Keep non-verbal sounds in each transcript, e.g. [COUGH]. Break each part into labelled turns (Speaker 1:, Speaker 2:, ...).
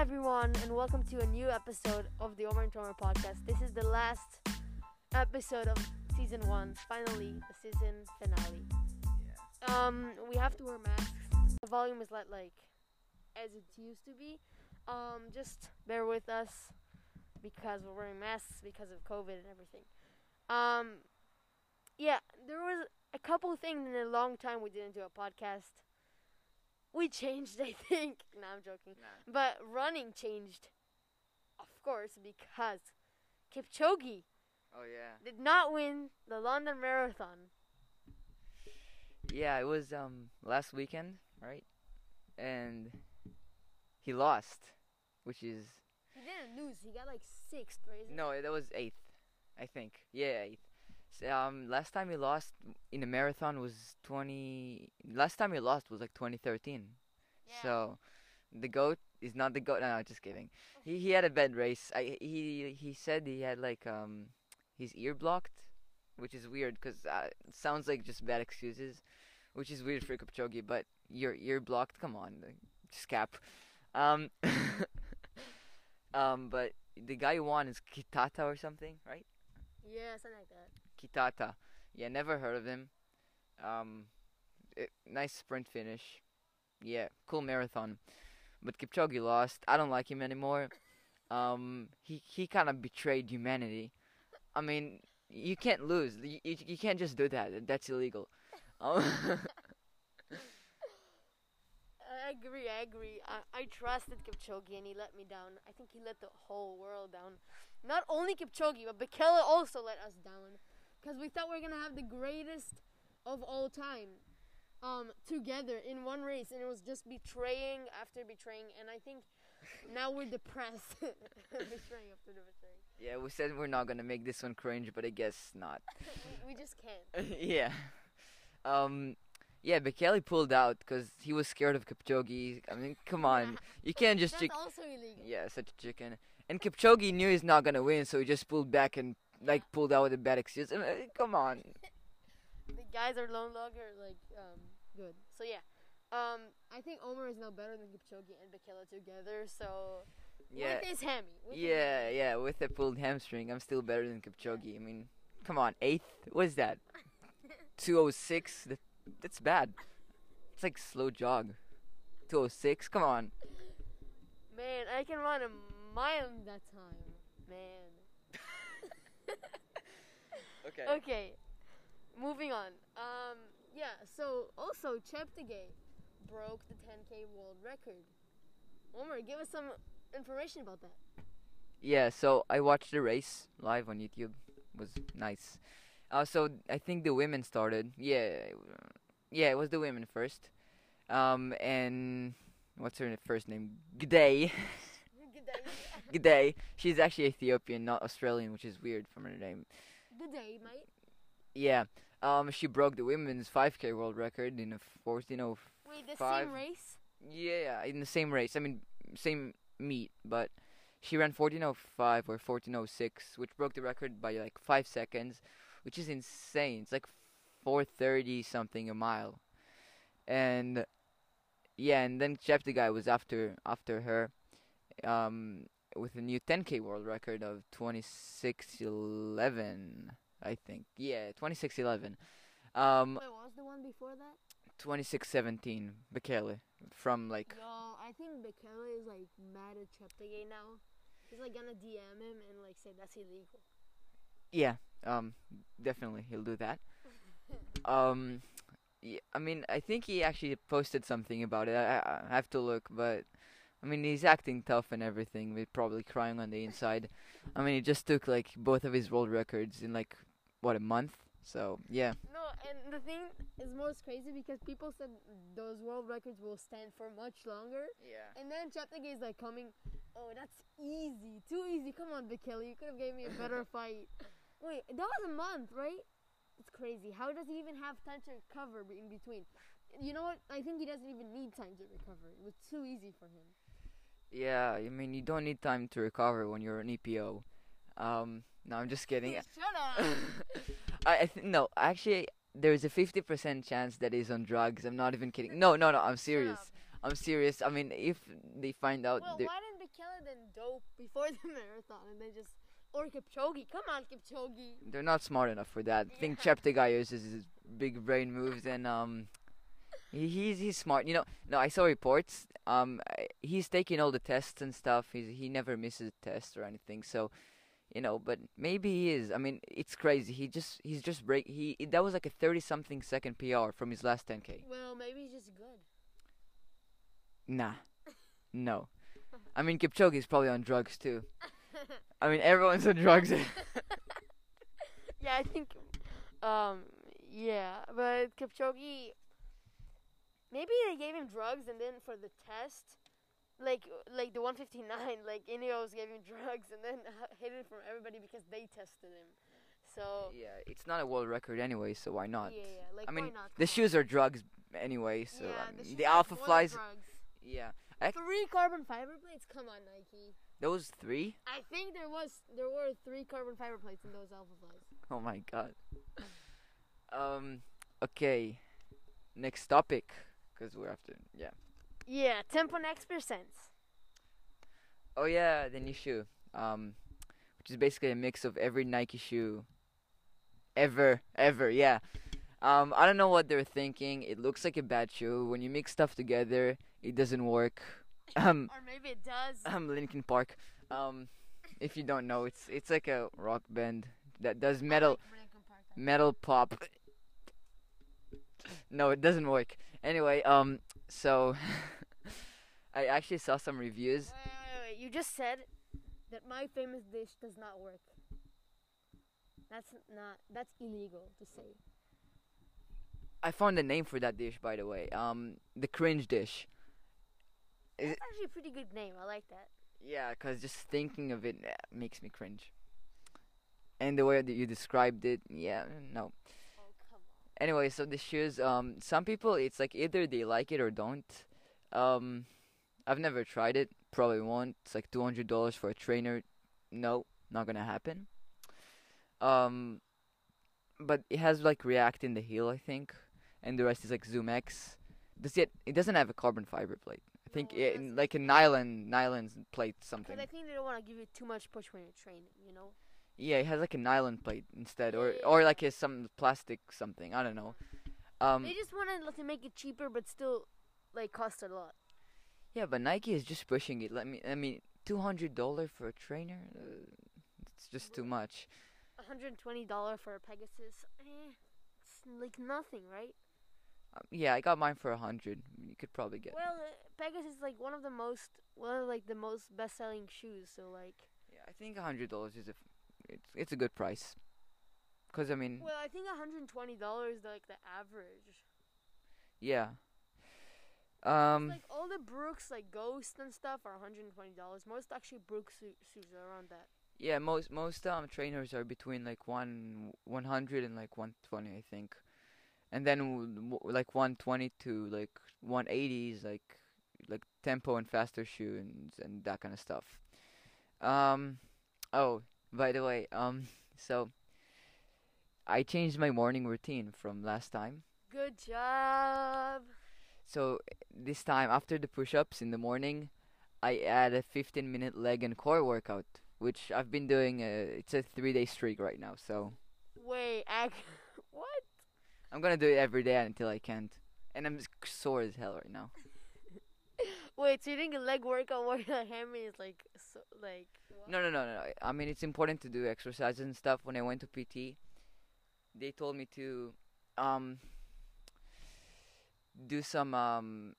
Speaker 1: everyone, and welcome to a new episode of the Over and Trauma podcast. This is the last episode of season one. Finally, the season finale. Um, we have to wear masks. The volume is not like as it used to be. Um, just bear with us because we're wearing masks because of COVID and everything. Um, yeah, there was a couple things in a long time we didn't do a podcast. We changed, [LAUGHS] I think. No, I'm joking.
Speaker 2: Nah.
Speaker 1: But running changed, of course, because Kipchoge
Speaker 2: Oh yeah.
Speaker 1: did not win the London Marathon.
Speaker 2: Yeah, it was um last weekend, right? And he lost, which is
Speaker 1: He didn't lose. He got like sixth, right?
Speaker 2: no, that was eighth, I think. Yeah, eighth. So, um, last time he lost in the marathon was twenty. Last time he lost was like twenty thirteen. So, the goat is not the goat. No, no, just kidding. He he had a bad race. I he he said he had like um his ear blocked, which is weird because uh, it sounds like just bad excuses, which is weird for Kipchoge. But your ear blocked. Come on, like, just cap. Um, [LAUGHS] um, but the guy who won is Kitata or something, right?
Speaker 1: yeah, something like that.
Speaker 2: Kitata. Yeah, never heard of him. Um, it, nice sprint finish. Yeah, cool marathon. But Kipchoge lost. I don't like him anymore. Um, he he kind of betrayed humanity. I mean, you can't lose. You, you, you can't just do that. That's illegal. [LAUGHS] Um,
Speaker 1: I agree. I agree. I, I trusted Kipchoge and he let me down. I think he let the whole world down. Not only Kipchoge, but Bekele also let us down because we thought we were gonna have the greatest of all time um, together in one race, and it was just betraying after betraying. And I think now we're depressed. [LAUGHS] betraying after the betraying.
Speaker 2: yeah, we said we're not gonna make this one cringe, but I guess not. [LAUGHS]
Speaker 1: We, we just can't.
Speaker 2: yeah. Um, yeah, Bekele pulled out because he was scared of Kipchoge. I mean, come on. You can't just.
Speaker 1: That's
Speaker 2: chick-
Speaker 1: also illegal.
Speaker 2: yeah, such a chicken. And Kipchoge knew he's not going to win, so he just pulled back and, like, pulled out with a bad excuse. I mean, come on.
Speaker 1: the guys are lone logger like um good. So yeah. Um I think Omar is now better than Kipchoge and Bekele together, so
Speaker 2: Yeah.
Speaker 1: with his hammy. With his
Speaker 2: Yeah, yeah, with a pulled hamstring, I'm still better than Kipchoge. I mean, come on, eighth? What is that? 206? That, that's bad. It's like slow jog. 206? Come on.
Speaker 1: hammy. Man, I can run a mile in that time.
Speaker 2: [LAUGHS]
Speaker 1: Man. okay. Moving on. Um yeah, so also Cheptegei broke the 10k world record. Omar, give us some information about that.
Speaker 2: Yeah, so I watched the race live on YouTube. It was nice. Uh, so I think the women started. Yeah, yeah, it was the women first. Um, and what's her first name? G'day. [LAUGHS]
Speaker 1: Good day.
Speaker 2: G'day. She's actually Ethiopian, not Australian, which is weird from her name.
Speaker 1: [LAUGHS] Good day, mate.
Speaker 2: Yeah. Um, she broke the women's 5K world record in a 1405.
Speaker 1: Wait, the
Speaker 2: Five.
Speaker 1: same race?
Speaker 2: Yeah, in the same race. I mean, same meet, but she ran 14:05 or 14:06, which broke the record by like five seconds, which is insane. It's like 4:30 something a mile, and yeah, and then Jeff the guy was after after her, um, with a new 10k world record of 26:11, I think. Yeah, 26:11. Um,
Speaker 1: Wait, what was the one before that?
Speaker 2: 26:17, Bekele from like
Speaker 1: Yo, I think Bekele is like mad at Cheptegei now. He's like gonna DM him and like say that's illegal.
Speaker 2: Yeah, um, definitely he'll do that. Um, y- I mean, I think he actually posted something about it. I, I- I have to look, but I mean, he's acting tough and everything, but probably crying on the inside. I mean, it just took like both of his world records in like what a month. So yeah,
Speaker 1: No, and the thing is most crazy because people said those world records will stand for much longer.
Speaker 2: yeah,
Speaker 1: And then Cheptegei is like coming, oh, that's easy, too easy. Come on, Bekele, you could have gave me a [LAUGHS] better fight. Wait, that was a month, right? It's crazy. How does he even have time to recover be- in between? You know what? I think he doesn't even need time to recover. It was too easy for him.
Speaker 2: yeah. I mean, you don't need time to recover when you're an EPO. Um, no, I'm just kidding.
Speaker 1: [LAUGHS] Shut up.
Speaker 2: [LAUGHS] I, I th- no, actually, there is a fifty percent chance that he's on drugs. I'm not even kidding. No, no, no. I'm serious. I'm serious. I mean, if they find out,
Speaker 1: Well,
Speaker 2: they're-
Speaker 1: why didn't Caledon dope before [LAUGHS] the marathon, and then just or Kipchoge. Come on, Kipchoge.
Speaker 2: They're not smart enough for that. I think
Speaker 1: Yeah.
Speaker 2: Cheptegei uses his big brain moves and um, he, he's he's smart. You know, no, I saw reports. Um, I- he's taking all the tests and stuff. He's he never misses a test or anything. So, you know, but maybe he is. I mean, it's crazy. He just he's just break. He that was like a thirty something second PR from his last ten k.
Speaker 1: Well, maybe he's just good.
Speaker 2: Nah, no. I mean, Kipchoge is probably on drugs too. I mean, everyone's on drugs. [LAUGHS]
Speaker 1: yeah, I think. Um, yeah, but Kipchoge. Maybe they gave him drugs, and then for the test, like like the 159, [LAUGHS] like Ineos gave him drugs, and then [LAUGHS] hid it from everybody because they tested him. So
Speaker 2: yeah, it's not a world record anyway, so why not?
Speaker 1: yeah, yeah, like
Speaker 2: I mean,
Speaker 1: why not? Come
Speaker 2: the
Speaker 1: on.
Speaker 2: shoes are drugs anyway, so
Speaker 1: Yeah,
Speaker 2: um,
Speaker 1: the
Speaker 2: the,
Speaker 1: shoes are
Speaker 2: alpha
Speaker 1: more than
Speaker 2: flies.
Speaker 1: drugs.
Speaker 2: Yeah,
Speaker 1: Three carbon fiber plates. Come on, Nike.
Speaker 2: those three.
Speaker 1: I think there was there were three carbon fiber plates in those alpha flies.
Speaker 2: Oh my god. Um. Okay. Next topic, because we're after. Yeah.
Speaker 1: Yeah, tempo next percent.
Speaker 2: Oh yeah, the new shoe. Um, which is basically a mix of every Nike shoe. Ever, ever, yeah. Um, I don't know what they're thinking. It looks like a bad shoe. When you mix stuff together, it doesn't work. [LAUGHS] Um,
Speaker 1: Or maybe it [LAUGHS] does.
Speaker 2: um, Linkin Park. Um, if you don't know, it's it's like a rock band that does metal metal pop. No, it doesn't work. Anyway, um, so [LAUGHS] I actually saw some
Speaker 1: Wait,
Speaker 2: reviews.
Speaker 1: wait, wait. You just said that my famous dish does not work. That's not. That's illegal to say.
Speaker 2: I found a name for that dish, by the way. Um, the cringe dish. Is
Speaker 1: That's actually a pretty good name. I like that.
Speaker 2: Yeah, 'cause just thinking of it eh, makes me cringe. And the way that you described it, yeah, no.
Speaker 1: Oh come on.
Speaker 2: anyway so the shoes um some people it's like either they like it or don't um i've never tried it probably won't it's like $200 for a trainer no not gonna happen um but it has like react in the heel i think and the rest is like zoom x does it it doesn't have a carbon fiber plate i think
Speaker 1: No, it
Speaker 2: it,
Speaker 1: doesn't.
Speaker 2: like a nylon nylon plate something
Speaker 1: Because I think they don't want to give you too much push when you're training. You know.
Speaker 2: yeah, it has like a nylon plate instead, or
Speaker 1: Yeah.
Speaker 2: or like a, some plastic something. I don't know. Um,
Speaker 1: they just wanted to make it cheaper, but still, like, cost a lot.
Speaker 2: Yeah, but Nike is just pushing it. Let me, I mean, two hundred dollar for a trainer, uh, it's just too much.
Speaker 1: $120 for a Pegasus. Eh, it's like nothing, right?
Speaker 2: Um, yeah, I got mine for a hundred. You could probably get.
Speaker 1: Well, uh, Pegasus is like one of the most, one of like the most best-selling shoes. So like,
Speaker 2: Yeah, I think a hundred dollars is a, f- it's it's a good price. Cause I mean,
Speaker 1: well, I think $120 is like the average.
Speaker 2: yeah.
Speaker 1: It's
Speaker 2: Um,
Speaker 1: like all the Brooks, like Ghost and stuff, are $120. Most actually Brooks su- shoes are around that.
Speaker 2: yeah, most most um trainers are between like one one hundred and like one twenty, I think, and then w- w- like one twenty to like one eighty is like like tempo and faster shoe and and that kind of stuff. Um, oh, by the way, um, [LAUGHS] so I changed my morning routine from last time.
Speaker 1: Good job.
Speaker 2: So this time, after the push-ups in the morning, I add a 15-minute leg and core workout, which I've been doing. uh it's a three-day streak right now, so
Speaker 1: Wait, ac [LAUGHS] what?
Speaker 2: I'm gonna do it every day until I can't. And I'm s- sore as hell right now.
Speaker 1: Wait, so you think a leg workout while you're hammering is like, so, like. What?
Speaker 2: No, no, no, no. I mean, it's important to do exercises and stuff. When I went to PT, they told me to um, do some um,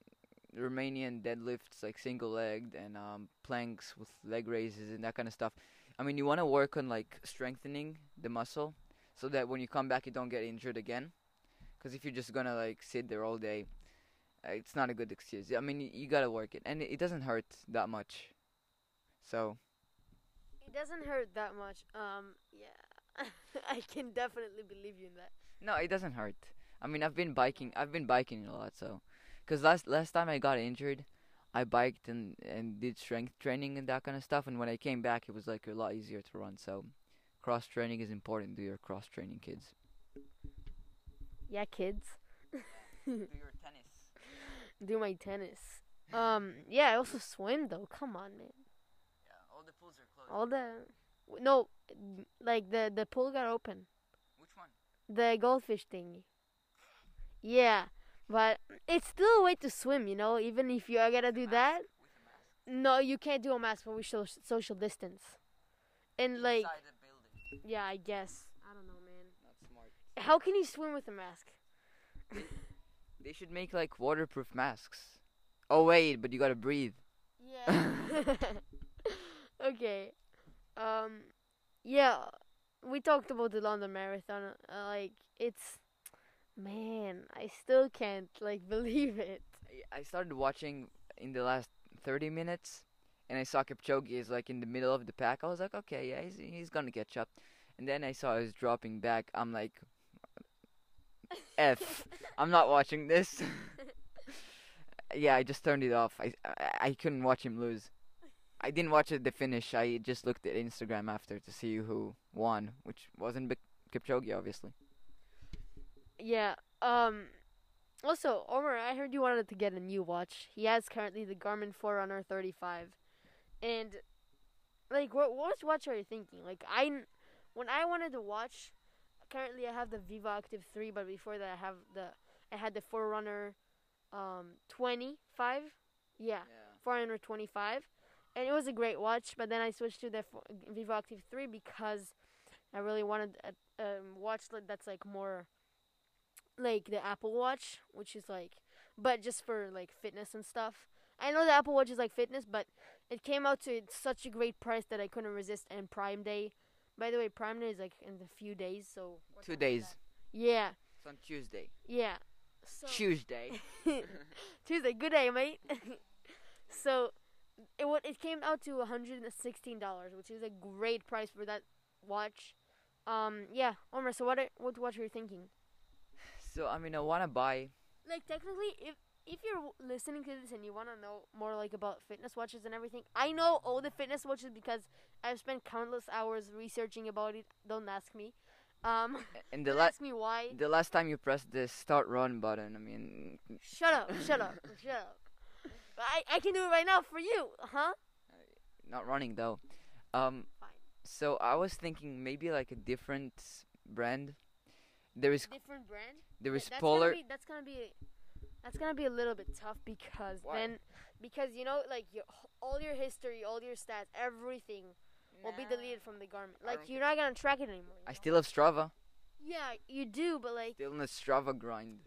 Speaker 2: Romanian deadlifts, like single legged and um, planks with leg raises and that kind of stuff. I mean, you want to work on like strengthening the muscle so that when you come back, you don't get injured again. Because if you're just gonna like sit there all day, uh, it's not a good excuse. I mean, you, you gotta work it, and it, it doesn't hurt that much. So.
Speaker 1: It doesn't hurt that much. Um, yeah, [LAUGHS] I can definitely believe you in that.
Speaker 2: No, it doesn't hurt. I mean, I've been biking. I've been biking a lot, so. Cause last last time I got injured, I biked and and did strength training and that kind of stuff. And when I came back, it was like a lot easier to run. So, cross training is important. Do your cross training, kids. [LAUGHS]
Speaker 1: Yeah, kids,
Speaker 2: Do your tennis.
Speaker 1: do my tennis. Um, yeah, I also swim though. Come on, man. All the w- no, m- like the the pool got open.
Speaker 2: Which one?
Speaker 1: The goldfish thingy. Yeah, but it's still a way to swim, you know. Even if you are gonna do that, no, you can't do a mask, but we should social distance. And [LAUGHS] like,
Speaker 2: the building.
Speaker 1: yeah, I guess I don't know, man.
Speaker 2: Not smart.
Speaker 1: How can you swim with a mask? [LAUGHS]
Speaker 2: They should make like waterproof masks. Oh wait, but you gotta breathe.
Speaker 1: Yeah. [LAUGHS] okay. Um. Yeah, we talked about the London Marathon. Uh, like it's, man, I still can't like [LAUGHS] believe it.
Speaker 2: I- I started watching in the last 30 minutes, and I saw Kipchoge is like in the middle of the pack. I was like, okay, yeah, he's he's gonna get chopped. And then I saw he was dropping back. I'm like,
Speaker 1: [LAUGHS]
Speaker 2: F. I'm not watching this. yeah, I just turned it off. I, I I couldn't watch him lose. I didn't watch it the finish. I just looked at Instagram after to see who won, which wasn't Bi- Kipchoge, obviously.
Speaker 1: Yeah. Um. Also, Omar, I heard you wanted to get a new watch. He has currently the Garmin Forerunner 35, and like, what what watch are you thinking? Like, I n- when I wanted to watch, currently I have the Vivo Active 3, but before that I have the I had the Forerunner, um, 25. Yeah.
Speaker 2: Yeah.
Speaker 1: 425 and it was a great watch but then i switched to the fo- vivo active 3 because i really wanted a, a watch li- that's like more like the apple watch which is like but just for like fitness and stuff i know the apple watch is like fitness but it came out to such a great price that i couldn't resist and prime day by the way prime day is like in a few days so
Speaker 2: Two days.
Speaker 1: yeah
Speaker 2: It's on Tuesday.
Speaker 1: yeah so
Speaker 2: Tuesday.
Speaker 1: [LAUGHS] Tuesday, good day, mate. so it wa- it came out to one hundred and sixteen dollars, which is a great price for that watch. Um, yeah, Omar. So what are, what watch are you thinking?
Speaker 2: So I mean, I wanna buy.
Speaker 1: Like technically, if if you're w- listening to this and you want to know more like about fitness watches and everything, I know all the fitness watches because I've spent countless hours researching about it. Don't ask me. Um,
Speaker 2: And the
Speaker 1: don't
Speaker 2: last
Speaker 1: ask me why.
Speaker 2: the last time you pressed the start run button, I mean,
Speaker 1: Shut up! Shut up! Shut
Speaker 2: [LAUGHS]
Speaker 1: up! I I can do it right now for you, huh?
Speaker 2: not running though. Um,
Speaker 1: Fine.
Speaker 2: so I was thinking maybe like a different brand. There is
Speaker 1: Different brand.
Speaker 2: there is
Speaker 1: Th- that's
Speaker 2: Polar.
Speaker 1: Gonna be, that's gonna be that's gonna be a little bit tough because
Speaker 2: Why?
Speaker 1: then because you know like your, all your history, all your stats, everything will be deleted from the garment.
Speaker 2: I
Speaker 1: Like
Speaker 2: don't
Speaker 1: you're not gonna track it anymore. you
Speaker 2: I
Speaker 1: know?
Speaker 2: still have Strava.
Speaker 1: yeah, you do, but like
Speaker 2: Still in the Strava grind.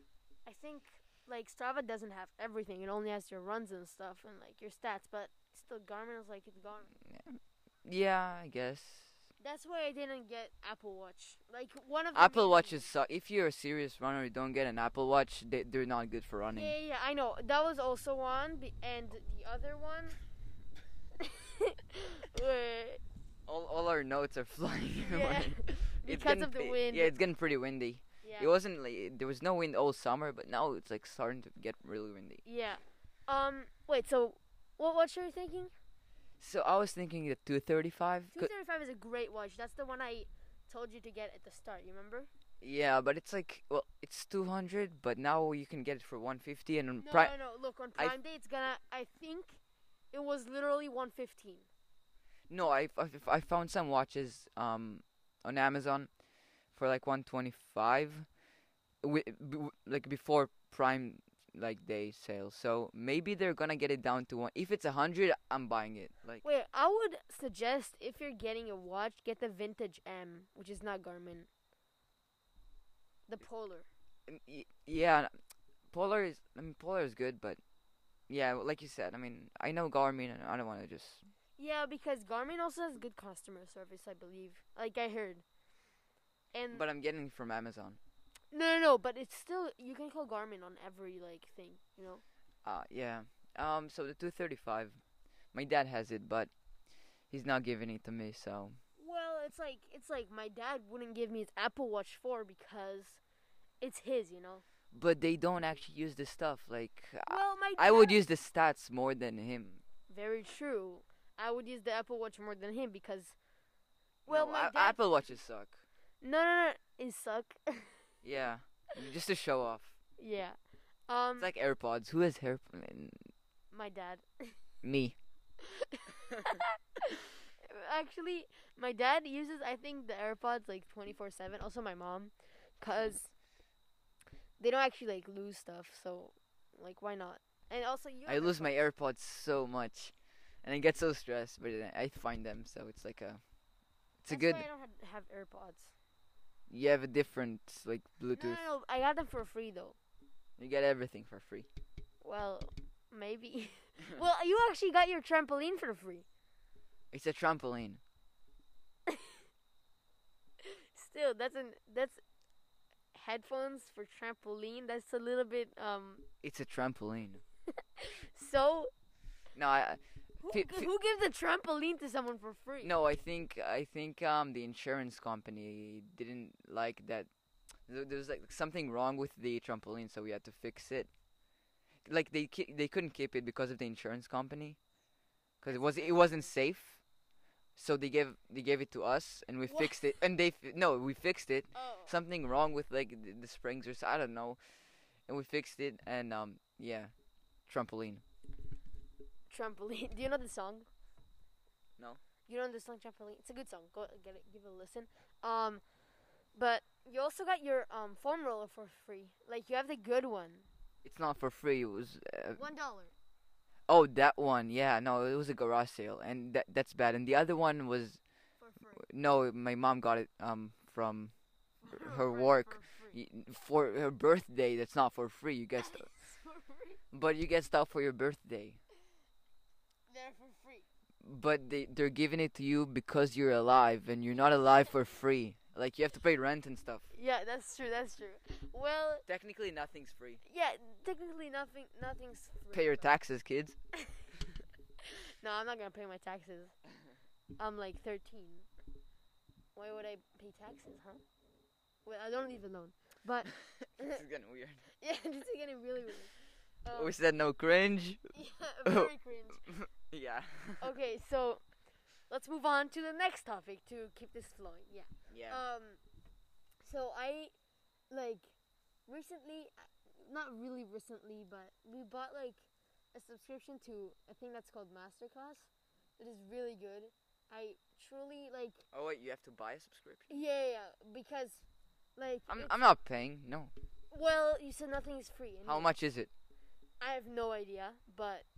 Speaker 1: I think like Strava doesn't have everything. It only has your runs and stuff and like your stats, but still Garmin is like it's Garmin.
Speaker 2: Yeah, I guess.
Speaker 1: That's why I didn't get Apple Watch. Like one of the
Speaker 2: Apple
Speaker 1: main
Speaker 2: Watches suck. If you're a serious runner, you don't get an Apple Watch. They, they're not good for running.
Speaker 1: Yeah, yeah, yeah, I know. That was also one, be- and the other
Speaker 2: [LAUGHS]
Speaker 1: one. [LAUGHS] Wait,
Speaker 2: All, all our notes are [LAUGHS] flying
Speaker 1: Yeah, [LAUGHS]
Speaker 2: away. It's
Speaker 1: because
Speaker 2: getting
Speaker 1: of the
Speaker 2: pre-
Speaker 1: wind.
Speaker 2: Yeah, it's getting pretty windy. It
Speaker 1: yeah,
Speaker 2: wasn't like there was no wind all summer, but now it's like starting to get really windy.
Speaker 1: yeah. Um, wait. So, what watch are you thinking?
Speaker 2: So I was thinking the 235.
Speaker 1: Two
Speaker 2: could-
Speaker 1: thirty-five is a great watch. That's the one I told you to get at the start. You remember?
Speaker 2: yeah, but it's like well, it's 200, but now you can get it for 150 and on
Speaker 1: No,
Speaker 2: pri-
Speaker 1: no, no. Look, on
Speaker 2: I-
Speaker 1: Prime Day, it's gonna. I think it was literally one fifteen.
Speaker 2: no, I, I I found some watches um on Amazon for like 125 wi- b- w- like before prime like day sale. So maybe they're going to get it down to one. If it's 100, I'm buying it. Like
Speaker 1: Wait, I would suggest if you're getting a watch, get the vintage M, which is not Garmin. The Polar.
Speaker 2: n- y- yeah, Polar is. I mean, Polar is good, but yeah, w- like you said. I mean, I know Garmin, and I don't want to just.
Speaker 1: Yeah, because Garmin also has good customer service, I believe. Like I heard. And
Speaker 2: But I'm getting it from Amazon.
Speaker 1: no, no, no, but it's still you can call Garmin on every like thing, you know.
Speaker 2: Uh yeah. Um, so the 235, my dad has it, but he's not giving it to me. So
Speaker 1: Well, it's like it's like my dad wouldn't give me his Apple Watch 4 because it's his, you know.
Speaker 2: but they don't actually use this stuff. Like I,
Speaker 1: Well, my
Speaker 2: Uh, I would
Speaker 1: dad-
Speaker 2: use the stats more than him.
Speaker 1: Very true. I would use the Apple Watch more than him because well,
Speaker 2: No,
Speaker 1: my
Speaker 2: a-
Speaker 1: dad
Speaker 2: Apple watches suck.
Speaker 1: No, no, no, it suck. [LAUGHS]
Speaker 2: Yeah, just to show off.
Speaker 1: yeah. Um
Speaker 2: It's like AirPods. Who has hair? [LAUGHS]
Speaker 1: my dad.
Speaker 2: Me.
Speaker 1: [LAUGHS] actually, my dad uses I think the AirPods like twenty four seven. Also, my mom, cause they don't actually like lose stuff. So, like, why not? And also, you.
Speaker 2: I
Speaker 1: have
Speaker 2: lose
Speaker 1: AirPods.
Speaker 2: my AirPods so much, and I get so stressed. But then I find them, so it's like a, it's a
Speaker 1: That's
Speaker 2: good.
Speaker 1: Why I don't ha- have AirPods.
Speaker 2: You have a different like Bluetooth.
Speaker 1: No, no, no, I got them for free though.
Speaker 2: You get everything for free.
Speaker 1: Well,
Speaker 2: [LAUGHS]
Speaker 1: maybe. [LAUGHS] well, you actually got your trampoline for free.
Speaker 2: It's a trampoline.
Speaker 1: Still, that's an that's headphones for trampoline. That's a little bit um.
Speaker 2: It's a trampoline.
Speaker 1: So
Speaker 2: No, I
Speaker 1: who,
Speaker 2: Fe-
Speaker 1: g-
Speaker 2: fe-
Speaker 1: who gives a trampoline to someone for free?
Speaker 2: no, I think I think um the insurance company didn't like that. There there was like something wrong with the trampoline, so we had to fix it. Like they ki- they couldn't keep it because of the insurance company, because it was it wasn't safe. So they gave they gave it to us, and we
Speaker 1: What?
Speaker 2: fixed it. And they fi- no, we fixed it.
Speaker 1: Oh.
Speaker 2: Something wrong with like the, the springs or so, I don't know, and we fixed it. And um yeah, trampoline.
Speaker 1: Trampoline. [LAUGHS] Do you know the song?
Speaker 2: No.
Speaker 1: You know the song Trampoline? It's a good song. Go get it. Give it a listen. Um, but you also got your um foam roller for free. Like you have the good one.
Speaker 2: It's not for free. It was uh,
Speaker 1: One dollar.
Speaker 2: Oh, that one. Yeah, no, it was a garage sale, and that that's bad. And the other one was
Speaker 1: For free.
Speaker 2: no, my mom got it um from Her
Speaker 1: Right,
Speaker 2: work.
Speaker 1: For free.
Speaker 2: y- for her birthday. That's not for free. You
Speaker 1: [LAUGHS]
Speaker 2: get stuff,
Speaker 1: for free.
Speaker 2: but you get stuff for your birthday.
Speaker 1: They're for free.
Speaker 2: But they they're giving it to you because you're alive, and you're not alive for free. Like you have to pay rent and stuff.
Speaker 1: Yeah, that's true. That's true. Well,
Speaker 2: Technically, nothing's free.
Speaker 1: yeah, technically nothing, nothing's free.
Speaker 2: Pay your
Speaker 1: but-
Speaker 2: taxes, kids. [LAUGHS]
Speaker 1: No, I'm not gonna pay my taxes. I'm like 13. Why would I pay taxes, huh? Well, I don't live alone. But [LAUGHS]
Speaker 2: this is getting weird.
Speaker 1: yeah, [LAUGHS] this is getting really weird. Um,
Speaker 2: We said no cringe.
Speaker 1: [LAUGHS] yeah, very
Speaker 2: [LAUGHS]
Speaker 1: cringe.
Speaker 2: Yeah.
Speaker 1: Okay, so let's move on to the next topic to keep this flowing. Yeah.
Speaker 2: yeah.
Speaker 1: Um, so I like recently, uh, not really recently, but we bought like a subscription to a thing that's called Masterclass. It is really good. I truly like.
Speaker 2: oh wait, you have to buy a subscription.
Speaker 1: Yeah, yeah, yeah, because like.
Speaker 2: I'm
Speaker 1: it-
Speaker 2: I'm not paying. No.
Speaker 1: well, you said nothing is free. and
Speaker 2: How much is it?
Speaker 1: I have no idea, but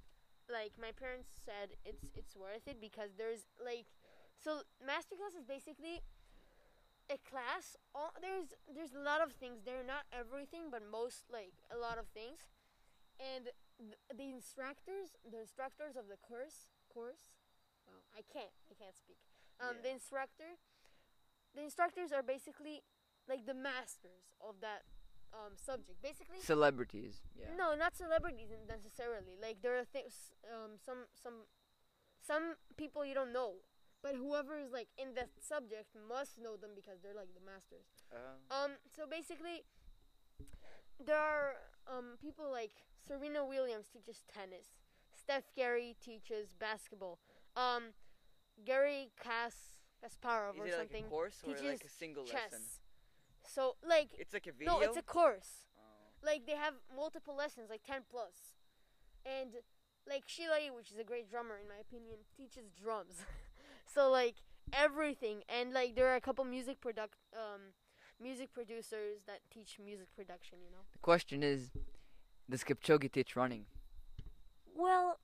Speaker 1: like my parents said, it's it's worth it because there's like, so masterclass is basically a class. All there's there's a lot of things. They're not everything, but most like a lot of things, and th- the instructors, the instructors of the course, course. Well, I can't, I can't speak. Um,
Speaker 2: Yeah.
Speaker 1: the instructor, the instructors are basically like the masters of that um, subject. Basically,
Speaker 2: Celebrities. Yeah.
Speaker 1: no, not celebrities n- necessarily. Like there are things, um, some some some people you don't know, but whoever is like in that subject must know them because they're like the masters. Um, so basically, there are um, people like Serena Williams teaches tennis, Steph Curry teaches basketball, um, Gary Kas Kasparov or something
Speaker 2: course
Speaker 1: teaches
Speaker 2: single
Speaker 1: chess. So like
Speaker 2: It's like a Oh.
Speaker 1: no, it's a course like they have multiple lessons, like ten plus, and like Sheila, E., which is a great drummer in my opinion, teaches drums, [LAUGHS] so like everything, and like there are a couple music product, um, music producers that teach music production, you know.
Speaker 2: The question is, does Kipchoge teach running?
Speaker 1: Well,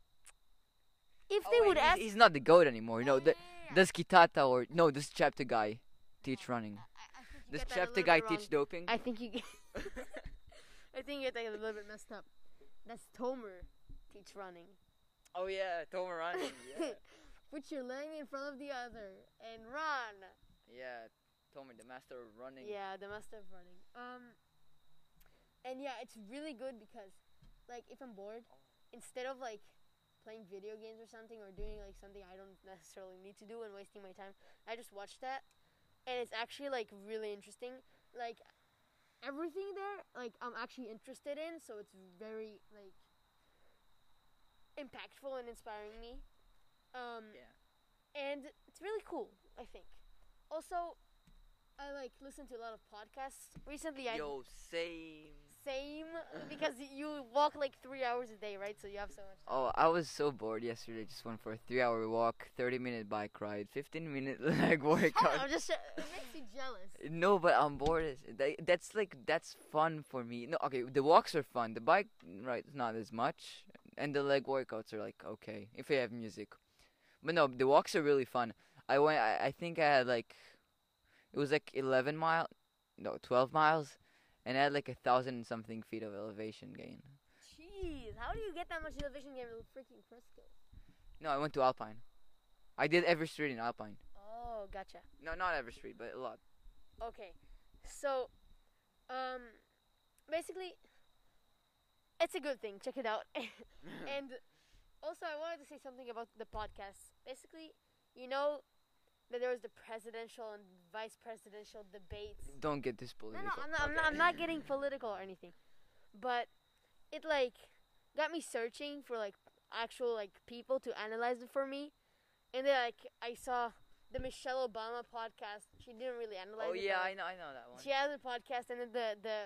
Speaker 1: if
Speaker 2: Oh,
Speaker 1: they
Speaker 2: wait,
Speaker 1: would
Speaker 2: he's,
Speaker 1: ask,
Speaker 2: he's not the goat anymore.
Speaker 1: Oh,
Speaker 2: No,
Speaker 1: yeah,
Speaker 2: the,
Speaker 1: yeah, yeah.
Speaker 2: does Kitata or no, does chapter guy teach running?
Speaker 1: I, I think you
Speaker 2: Does
Speaker 1: get that a
Speaker 2: chapter
Speaker 1: little
Speaker 2: guy
Speaker 1: bit
Speaker 2: teach
Speaker 1: wrong.
Speaker 2: doping? [LAUGHS]
Speaker 1: I think you. Get [LAUGHS] I think you get that a little bit messed
Speaker 2: [LAUGHS]
Speaker 1: up. That's Tomer teach running.
Speaker 2: oh yeah, [LAUGHS] Tomer running.
Speaker 1: [LAUGHS] Put your leg in front of the other and run.
Speaker 2: yeah, Tomer, the master of running.
Speaker 1: Yeah, the master of running. Um, and yeah, it's really good because, like, if I'm bored, instead of like playing video games or something or doing like something I don't necessarily need to do and wasting my time, I just watch that, and it's actually like really interesting. Like, everything there, like, I'm actually interested in, so it's very like impactful and inspiring me. Um,
Speaker 2: Yeah.
Speaker 1: and it's really cool. I think. Also, I like listen to a lot of podcasts recently. I
Speaker 2: Yo, same.
Speaker 1: same because you walk like three hours a day, right? So you have so much.
Speaker 2: Oh, I was so bored yesterday. Just went for a three-hour walk, thirty-minute bike ride, [LAUGHS] fifteen-minute like
Speaker 1: Shut up,
Speaker 2: workout.
Speaker 1: [LAUGHS] Oh, I'm just. It makes you jealous.
Speaker 2: [LAUGHS] No, but I'm bored. as- tha- That's like that's fun for me. No, okay, the walks are fun. The bike ride's not as much, and the leg workouts are like okay if you have music. But no, the walks are really fun. I went. I, I think I had like, it was like eleven mile, no, twelve miles, and I had like a thousand and something feet of elevation gain.
Speaker 1: Jeez, how do you get that much elevation gain with freaking Frisco?
Speaker 2: No, I went to Alpine. I did every street in Alpine.
Speaker 1: Oh, gotcha.
Speaker 2: No, not every street, but
Speaker 1: [LAUGHS]
Speaker 2: a lot.
Speaker 1: Okay, so, um, basically, it's a good thing. Check it out. [LAUGHS]
Speaker 2: Hmm.
Speaker 1: and also, I wanted to say something about the podcast. Basically, you know that there was the presidential and vice presidential debates.
Speaker 2: Don't get this
Speaker 1: No,
Speaker 2: political.
Speaker 1: no, I'm not, I'm not, I'm not getting political or anything, but it like got me searching for like actual like people to analyze it for me, and then like I saw the Michelle Obama podcast. She didn't really analyze.
Speaker 2: Oh
Speaker 1: it,
Speaker 2: yeah,
Speaker 1: but,
Speaker 2: I know, I know that one.
Speaker 1: she has a podcast, and then the the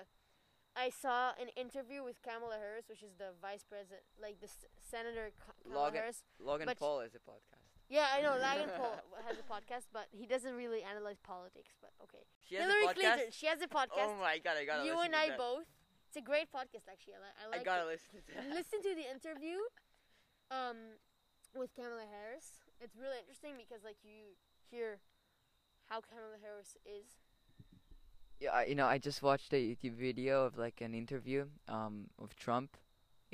Speaker 1: I saw an interview with Kamala Harris, which is the vice president, like the s- senator Ka- Kamala
Speaker 2: Logan.
Speaker 1: Harris.
Speaker 2: Logan
Speaker 1: but-
Speaker 2: Paul is a podcast.
Speaker 1: Yeah, I know
Speaker 2: [LAUGHS]
Speaker 1: Logan Paul has a podcast, but he doesn't really analyze politics. But okay,
Speaker 2: She has
Speaker 1: Hillary
Speaker 2: a podcast.
Speaker 1: Clinton, she has a podcast.
Speaker 2: Oh my god, I gotta
Speaker 1: you
Speaker 2: listen
Speaker 1: and
Speaker 2: to
Speaker 1: I
Speaker 2: that.
Speaker 1: both. It's a great podcast, actually. I, li- I like
Speaker 2: I gotta
Speaker 1: it.
Speaker 2: listen to [LAUGHS] that.
Speaker 1: Listen to the interview, um, with Kamala Harris. It's really interesting because like you hear how Kamala Harris is.
Speaker 2: Yeah, I- you know, I just watched a YouTube video of like an interview um of Trump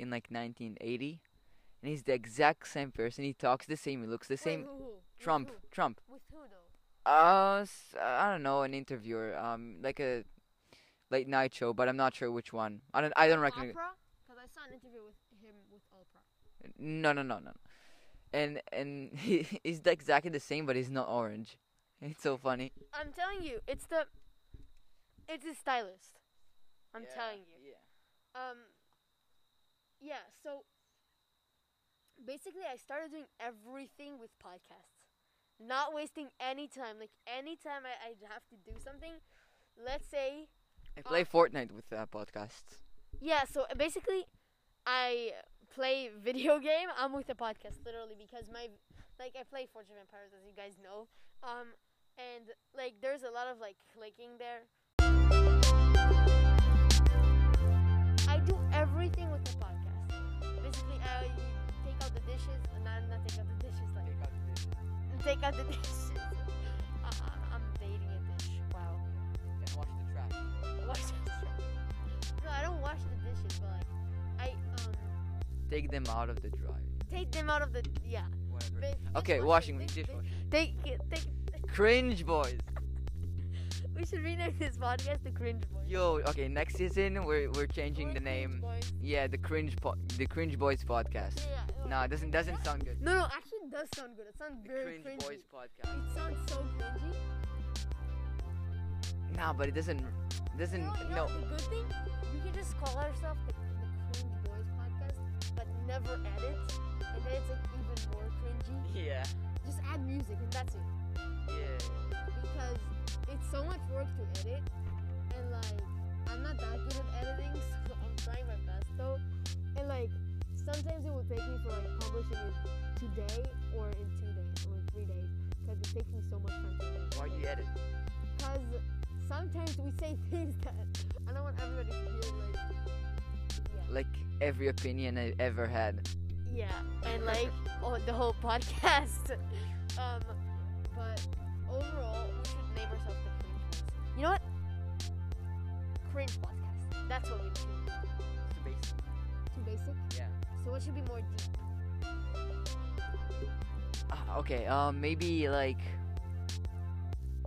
Speaker 2: in like 1980, and he's the exact same person. He talks the same. He looks the
Speaker 1: Wait,
Speaker 2: same.
Speaker 1: who, who? With
Speaker 2: Trump.
Speaker 1: who?
Speaker 2: Trump.
Speaker 1: With who though?
Speaker 2: Uh, s- I don't know, an interviewer. Um, like a late night show, but I'm not sure which one. I don't. I don't recognize.
Speaker 1: Oprah? Because I saw an interview with him with Oprah.
Speaker 2: No, no, no, no. And and [LAUGHS] he he's the- exactly the same, but he's not orange. It's so funny.
Speaker 1: I'm telling you, it's the, it's the stylist. I'm telling you.
Speaker 2: Yeah.
Speaker 1: Um. Yeah. So. Basically, I started doing everything with podcasts, not wasting any time. Like anytime I I have to do something, let's say
Speaker 2: I play Fortnite with uh, podcasts.
Speaker 1: yeah. So uh, basically, I play video [LAUGHS] game. I'm with the podcast literally because my like I play Forge of Empires as you guys know. Um, and like there's a lot of like clicking there. I do everything with the podcast. Basically, I take out the dishes. Not not take out the dishes. Like [LAUGHS] take out the dishes. [LAUGHS] Uh, I'm dating a dish. Wow. [LAUGHS]
Speaker 2: And watch the trash.
Speaker 1: Wash the dishes. [LAUGHS] No, I don't wash the dishes, but like I um
Speaker 2: Take them out of the dryer.
Speaker 1: take them out of the yeah.
Speaker 2: Whatever.
Speaker 1: Ba-
Speaker 2: Okay,
Speaker 1: dishwasher,
Speaker 2: washing
Speaker 1: dish-
Speaker 2: dish- dishwasher.
Speaker 1: dish- Take take.
Speaker 2: Cringe boys.
Speaker 1: We should rename this podcast the Cringe Boys.
Speaker 2: Yo, okay, next season we're we're changing
Speaker 1: Or
Speaker 2: the
Speaker 1: Cringe
Speaker 2: name.
Speaker 1: Boys.
Speaker 2: Yeah, the cringe po- the cringe boys podcast.
Speaker 1: Yeah, yeah,
Speaker 2: Nah, it doesn't doesn't sound good.
Speaker 1: No, no, actually, it does sound good. It sounds
Speaker 2: The
Speaker 1: very
Speaker 2: cringe
Speaker 1: cringy.
Speaker 2: boys podcast.
Speaker 1: It sounds so cringy.
Speaker 2: Nah, but it doesn't doesn't
Speaker 1: No, no.
Speaker 2: no.
Speaker 1: The good thing, we can just call ourselves the, the Cringe Boys podcast, but never edit, and then it's like even more cringy.
Speaker 2: Yeah.
Speaker 1: Just add music, and that's it.
Speaker 2: Yeah.
Speaker 1: because it's so much work to edit and like I'm not that good at editing [LAUGHS] so I'm trying my best though and like sometimes it would take me for like publishing it today or in two days or in three days because it takes me so much time to edit
Speaker 2: Why do you edit?
Speaker 1: because sometimes we say [LAUGHS] things that I don't want everybody to hear like
Speaker 2: Like every opinion I ever had.
Speaker 1: yeah yeah and like oh, the whole [LAUGHS] podcast um but overall we should name ourselves the cringe ones you know what cringe podcast that's what we do
Speaker 2: It's the basic.
Speaker 1: Too basic?
Speaker 2: Yeah.
Speaker 1: So what should be more deep?
Speaker 2: Ah, okay, um, maybe like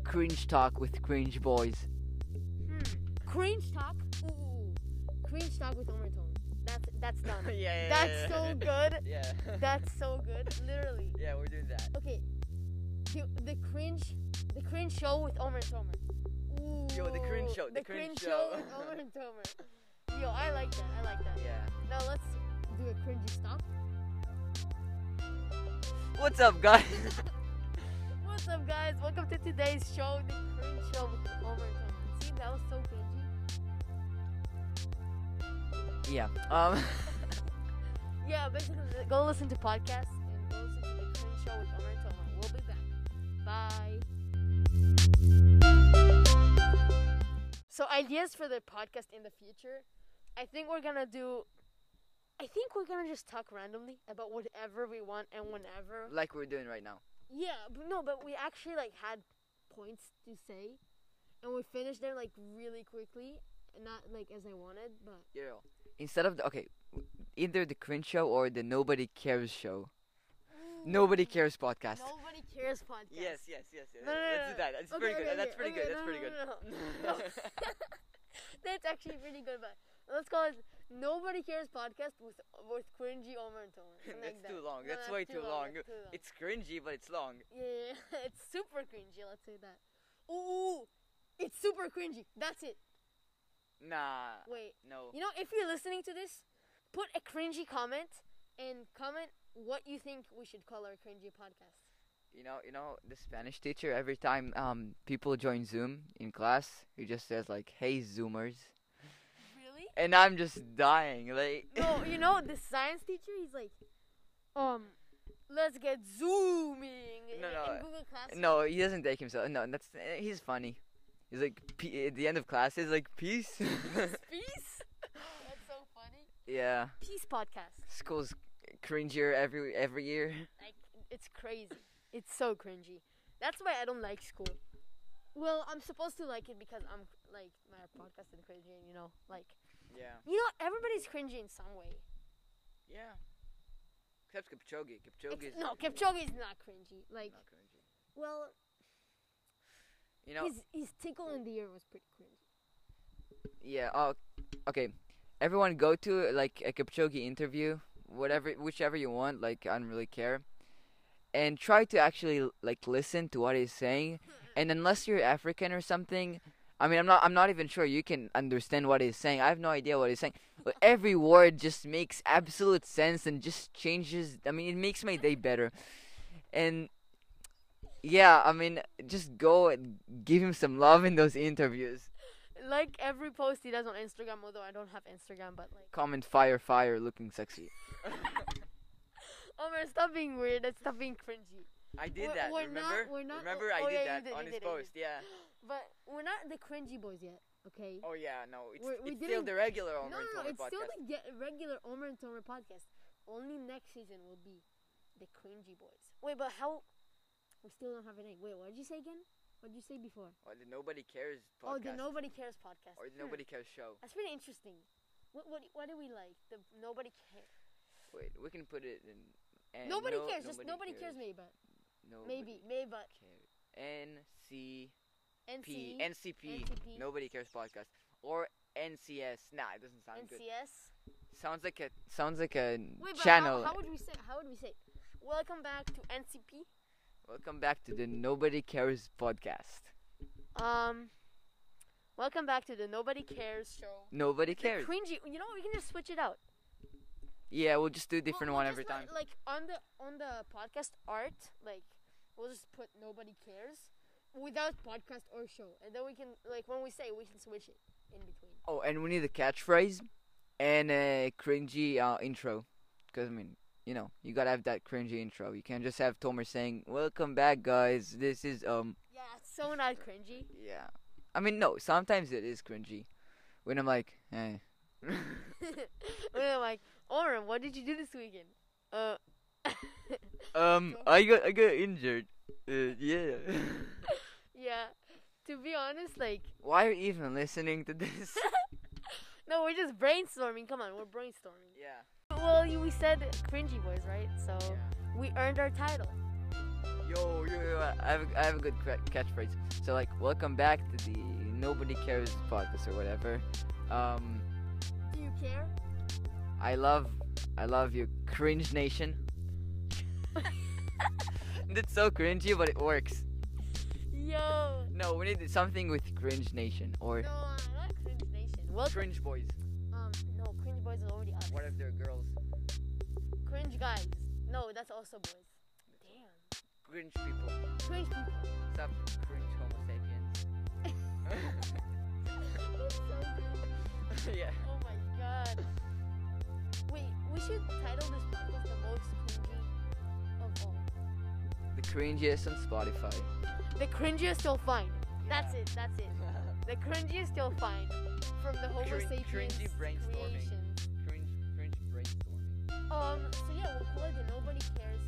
Speaker 2: cringe talk with cringe boys.
Speaker 1: Hmm. Cringe talk. Ooh, Ooh. ooh. Cringe talk with Omar Tone. That's that's [LAUGHS] done.
Speaker 2: yeah,
Speaker 1: That's so good.
Speaker 2: Yeah.
Speaker 1: That's so good. Literally.
Speaker 2: yeah, we're doing that.
Speaker 1: Okay. The, the cringe the cringe show with Omar and Tomer. Ooh.
Speaker 2: Yo, the cringe show,
Speaker 1: The, cringe, show with Omar
Speaker 2: [LAUGHS]
Speaker 1: and Tomer. Yo, I like that. I like that.
Speaker 2: Yeah.
Speaker 1: Now let's do a cringy stop.
Speaker 2: What's up, guys?
Speaker 1: What's up, guys? Welcome to today's show, the cringe show with Homer and Cameron. See, that was so cringy.
Speaker 2: Yeah. Um.
Speaker 1: Yeah, basically, go listen to podcasts and go listen to the Cringe Show with Omar and Tomar. We'll be back. Bye. So ideas for the podcast in the future, I think we're gonna do. I think we're gonna just talk randomly about whatever we want and whenever.
Speaker 2: like we're doing right now.
Speaker 1: Yeah, but no, but we actually like had points to say, and we finished them like really quickly, not like as I wanted, but
Speaker 2: Yeah. Instead of the, okay, either the cringe show or the nobody cares show. Nobody cares podcast.
Speaker 1: Nobody cares podcast.
Speaker 2: yes, yes. yes.
Speaker 1: No, no, no, no.
Speaker 2: That's
Speaker 1: Okay, okay, okay, okay, no, no, no, no,
Speaker 2: [LAUGHS]
Speaker 1: no. [LAUGHS] That's actually pretty good, but let's call it Nobody Cares Podcast with with cringy Omar and Tomer. something like
Speaker 2: That's
Speaker 1: that.
Speaker 2: too
Speaker 1: No,
Speaker 2: long. That's way too long.
Speaker 1: that's too long.
Speaker 2: It's cringy, but it's long.
Speaker 1: yeah, yeah, [LAUGHS] it's super cringy. Let's say that. Ooh, it's super cringy. That's it.
Speaker 2: Nah.
Speaker 1: Wait,
Speaker 2: No.
Speaker 1: you know, if you're listening to this, put a cringy comment and comment what you think we should call our cringy podcast.
Speaker 2: You know, you know, the Spanish teacher. Every time um people join Zoom in class, he just says like, "Hey, Zoomers,"
Speaker 1: Really?
Speaker 2: and I'm just dying. Like,
Speaker 1: No, you
Speaker 2: [LAUGHS]
Speaker 1: know the science teacher. He's like, um, let's get zooming in,
Speaker 2: No, no,
Speaker 1: in Google Classroom.
Speaker 2: No, he doesn't take himself. No, that's eh, he's funny. He's like pe at the end of class, he's like [LAUGHS]
Speaker 1: [LAUGHS]
Speaker 2: peace. [LAUGHS]
Speaker 1: Peace. That's so funny.
Speaker 2: yeah,
Speaker 1: Peace podcast.
Speaker 2: school's cringier every every year.
Speaker 1: Like it's crazy. It's so cringy. That's why I don't like school. Well, I'm supposed to like it because I'm like my podcast is cringy, and you know, like
Speaker 2: Yeah,
Speaker 1: you know, everybody's cringy in some way.
Speaker 2: yeah. Except Kipchoge. Kipchoge
Speaker 1: Ex- no, Kipchoge is not cringy. Like,
Speaker 2: cringy.
Speaker 1: well,
Speaker 2: You know,
Speaker 1: his his tickle in the ear was pretty cringy.
Speaker 2: yeah. Oh, okay. Everyone go to like a Kipchoge interview, whatever, whichever you want. Like, I don't really care. And try to actually like listen to what he's saying. and unless you're African or something, I mean, I'm not. I'm not even sure you can understand what he's saying. I have no idea what he's saying. But every word just makes absolute sense and just changes. I mean, it makes my day better. And yeah, I mean, just go and give him some love in those interviews.
Speaker 1: like every post he does on Instagram, although I don't have Instagram, but like,
Speaker 2: Comment fire, fire, looking sexy.
Speaker 1: oh man, stop being weird and stop being cringy.
Speaker 2: [LAUGHS] I
Speaker 1: We're- that, we're not- remember? we're not- Remember, I oh, did yeah, you that did, on you his did, you post,
Speaker 2: Yeah.
Speaker 1: But we're not the cringy boys yet, okay?
Speaker 2: Oh yeah. No,
Speaker 1: it's- We're- we it's still didn't- the
Speaker 2: regular
Speaker 1: no, no, no, it's still the ge- regular Omer and Tomer podcast. Only next season will be the cringy boys. Wait, but how? We still don't have a name. Wait, what did you say again? What did you say before?
Speaker 2: Or the nobody cares
Speaker 1: Oh, the Nobody Cares podcast. Hmm.
Speaker 2: cares show.
Speaker 1: That's pretty interesting. What what what do we like? The Nobody Cares.
Speaker 2: Wait, we can put it in. and
Speaker 1: Nobody
Speaker 2: no-
Speaker 1: cares. Just nobody cares. Maybe, but
Speaker 2: Nobody
Speaker 1: maybe, maybe, but
Speaker 2: Cares.
Speaker 1: NC,
Speaker 2: NCP. NCP.
Speaker 1: NCP.
Speaker 2: Nobody cares podcast. Or NCS. Nah, it doesn't sound good.
Speaker 1: NCS.
Speaker 2: Sounds like a sounds like a
Speaker 1: Wait, but
Speaker 2: channel.
Speaker 1: How, how would we say? How would we say? Welcome back to NCP.
Speaker 2: Welcome back to the Nobody Cares podcast.
Speaker 1: Um, welcome back to the Nobody Cares show.
Speaker 2: Nobody cares.
Speaker 1: Cringy. You know we can just switch it out.
Speaker 2: yeah, we'll just do a different
Speaker 1: We'll-
Speaker 2: one
Speaker 1: we'll
Speaker 2: every
Speaker 1: just
Speaker 2: time.
Speaker 1: let- Like on the on the podcast art, like we'll just put Nobody Cares without podcast or show, and then we can like when we say we can switch it in between.
Speaker 2: oh, and we need a catchphrase and a cringy uh, intro. Because I mean, you know, you gotta have that cringy intro. You can't just have Tomer saying, "Welcome back, guys. This is um."
Speaker 1: Yeah, it's so not cringy. [LAUGHS]
Speaker 2: Yeah. I mean, no, sometimes it is cringy. When I'm like, eh.
Speaker 1: we are like, Oren, what did you do this weekend? Uh. [LAUGHS]
Speaker 2: um, I got, I got injured. Uh, yeah.
Speaker 1: yeah. To be honest, like
Speaker 2: Why are you even listening to this?
Speaker 1: No, we're just brainstorming. Come on, we're brainstorming.
Speaker 2: yeah.
Speaker 1: Well, you, we said cringy boys, right? So we earned our title.
Speaker 2: Yo, yo, yo, I have, a, I have a good cra- catchphrase. So, like, welcome back to the Nobody Cares podcast or whatever. Um,
Speaker 1: Do you care?
Speaker 2: I love, I love you, Cringe Nation. [LAUGHS] That's so cringy, but it works.
Speaker 1: Yo.
Speaker 2: No, we need something with Cringe Nation or
Speaker 1: No, not cringe nation. Welcome.
Speaker 2: Cringe Boys.
Speaker 1: um, no, cringe boys is already us.
Speaker 2: What if they're girls?
Speaker 1: Cringe guys. No, that's also boys. Damn.
Speaker 2: Cringe people.
Speaker 1: Cringe people.
Speaker 2: Stop cringe homo sapiens.
Speaker 1: That's so
Speaker 3: [LAUGHS]
Speaker 1: cringe.
Speaker 2: yeah.
Speaker 1: Oh my god. Wait, we should title this podcast the most cringy of all.
Speaker 2: The cringiest on Spotify.
Speaker 1: The cringiest you'll find. That's it. That's it. The cringiest you'll find from the Homo
Speaker 3: Crin-
Speaker 1: sapiens
Speaker 3: cringy brainstorming.
Speaker 1: creations.
Speaker 3: [LAUGHS] Cringe, cringe brainstorming.
Speaker 1: Um. So yeah, we'll call it the nobody cares.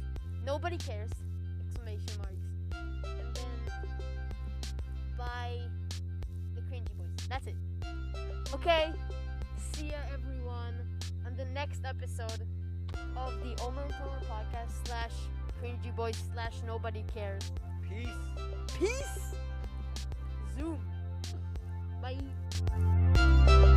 Speaker 1: Nobody cares! Exclamation marks. And then by the cringy boys. That's it. Okay. See ya, everyone, on the next episode of the Omer and Tomer podcast slash cringy boys slash nobody cares.
Speaker 3: Peace.
Speaker 1: Peace. Zoom. Bye.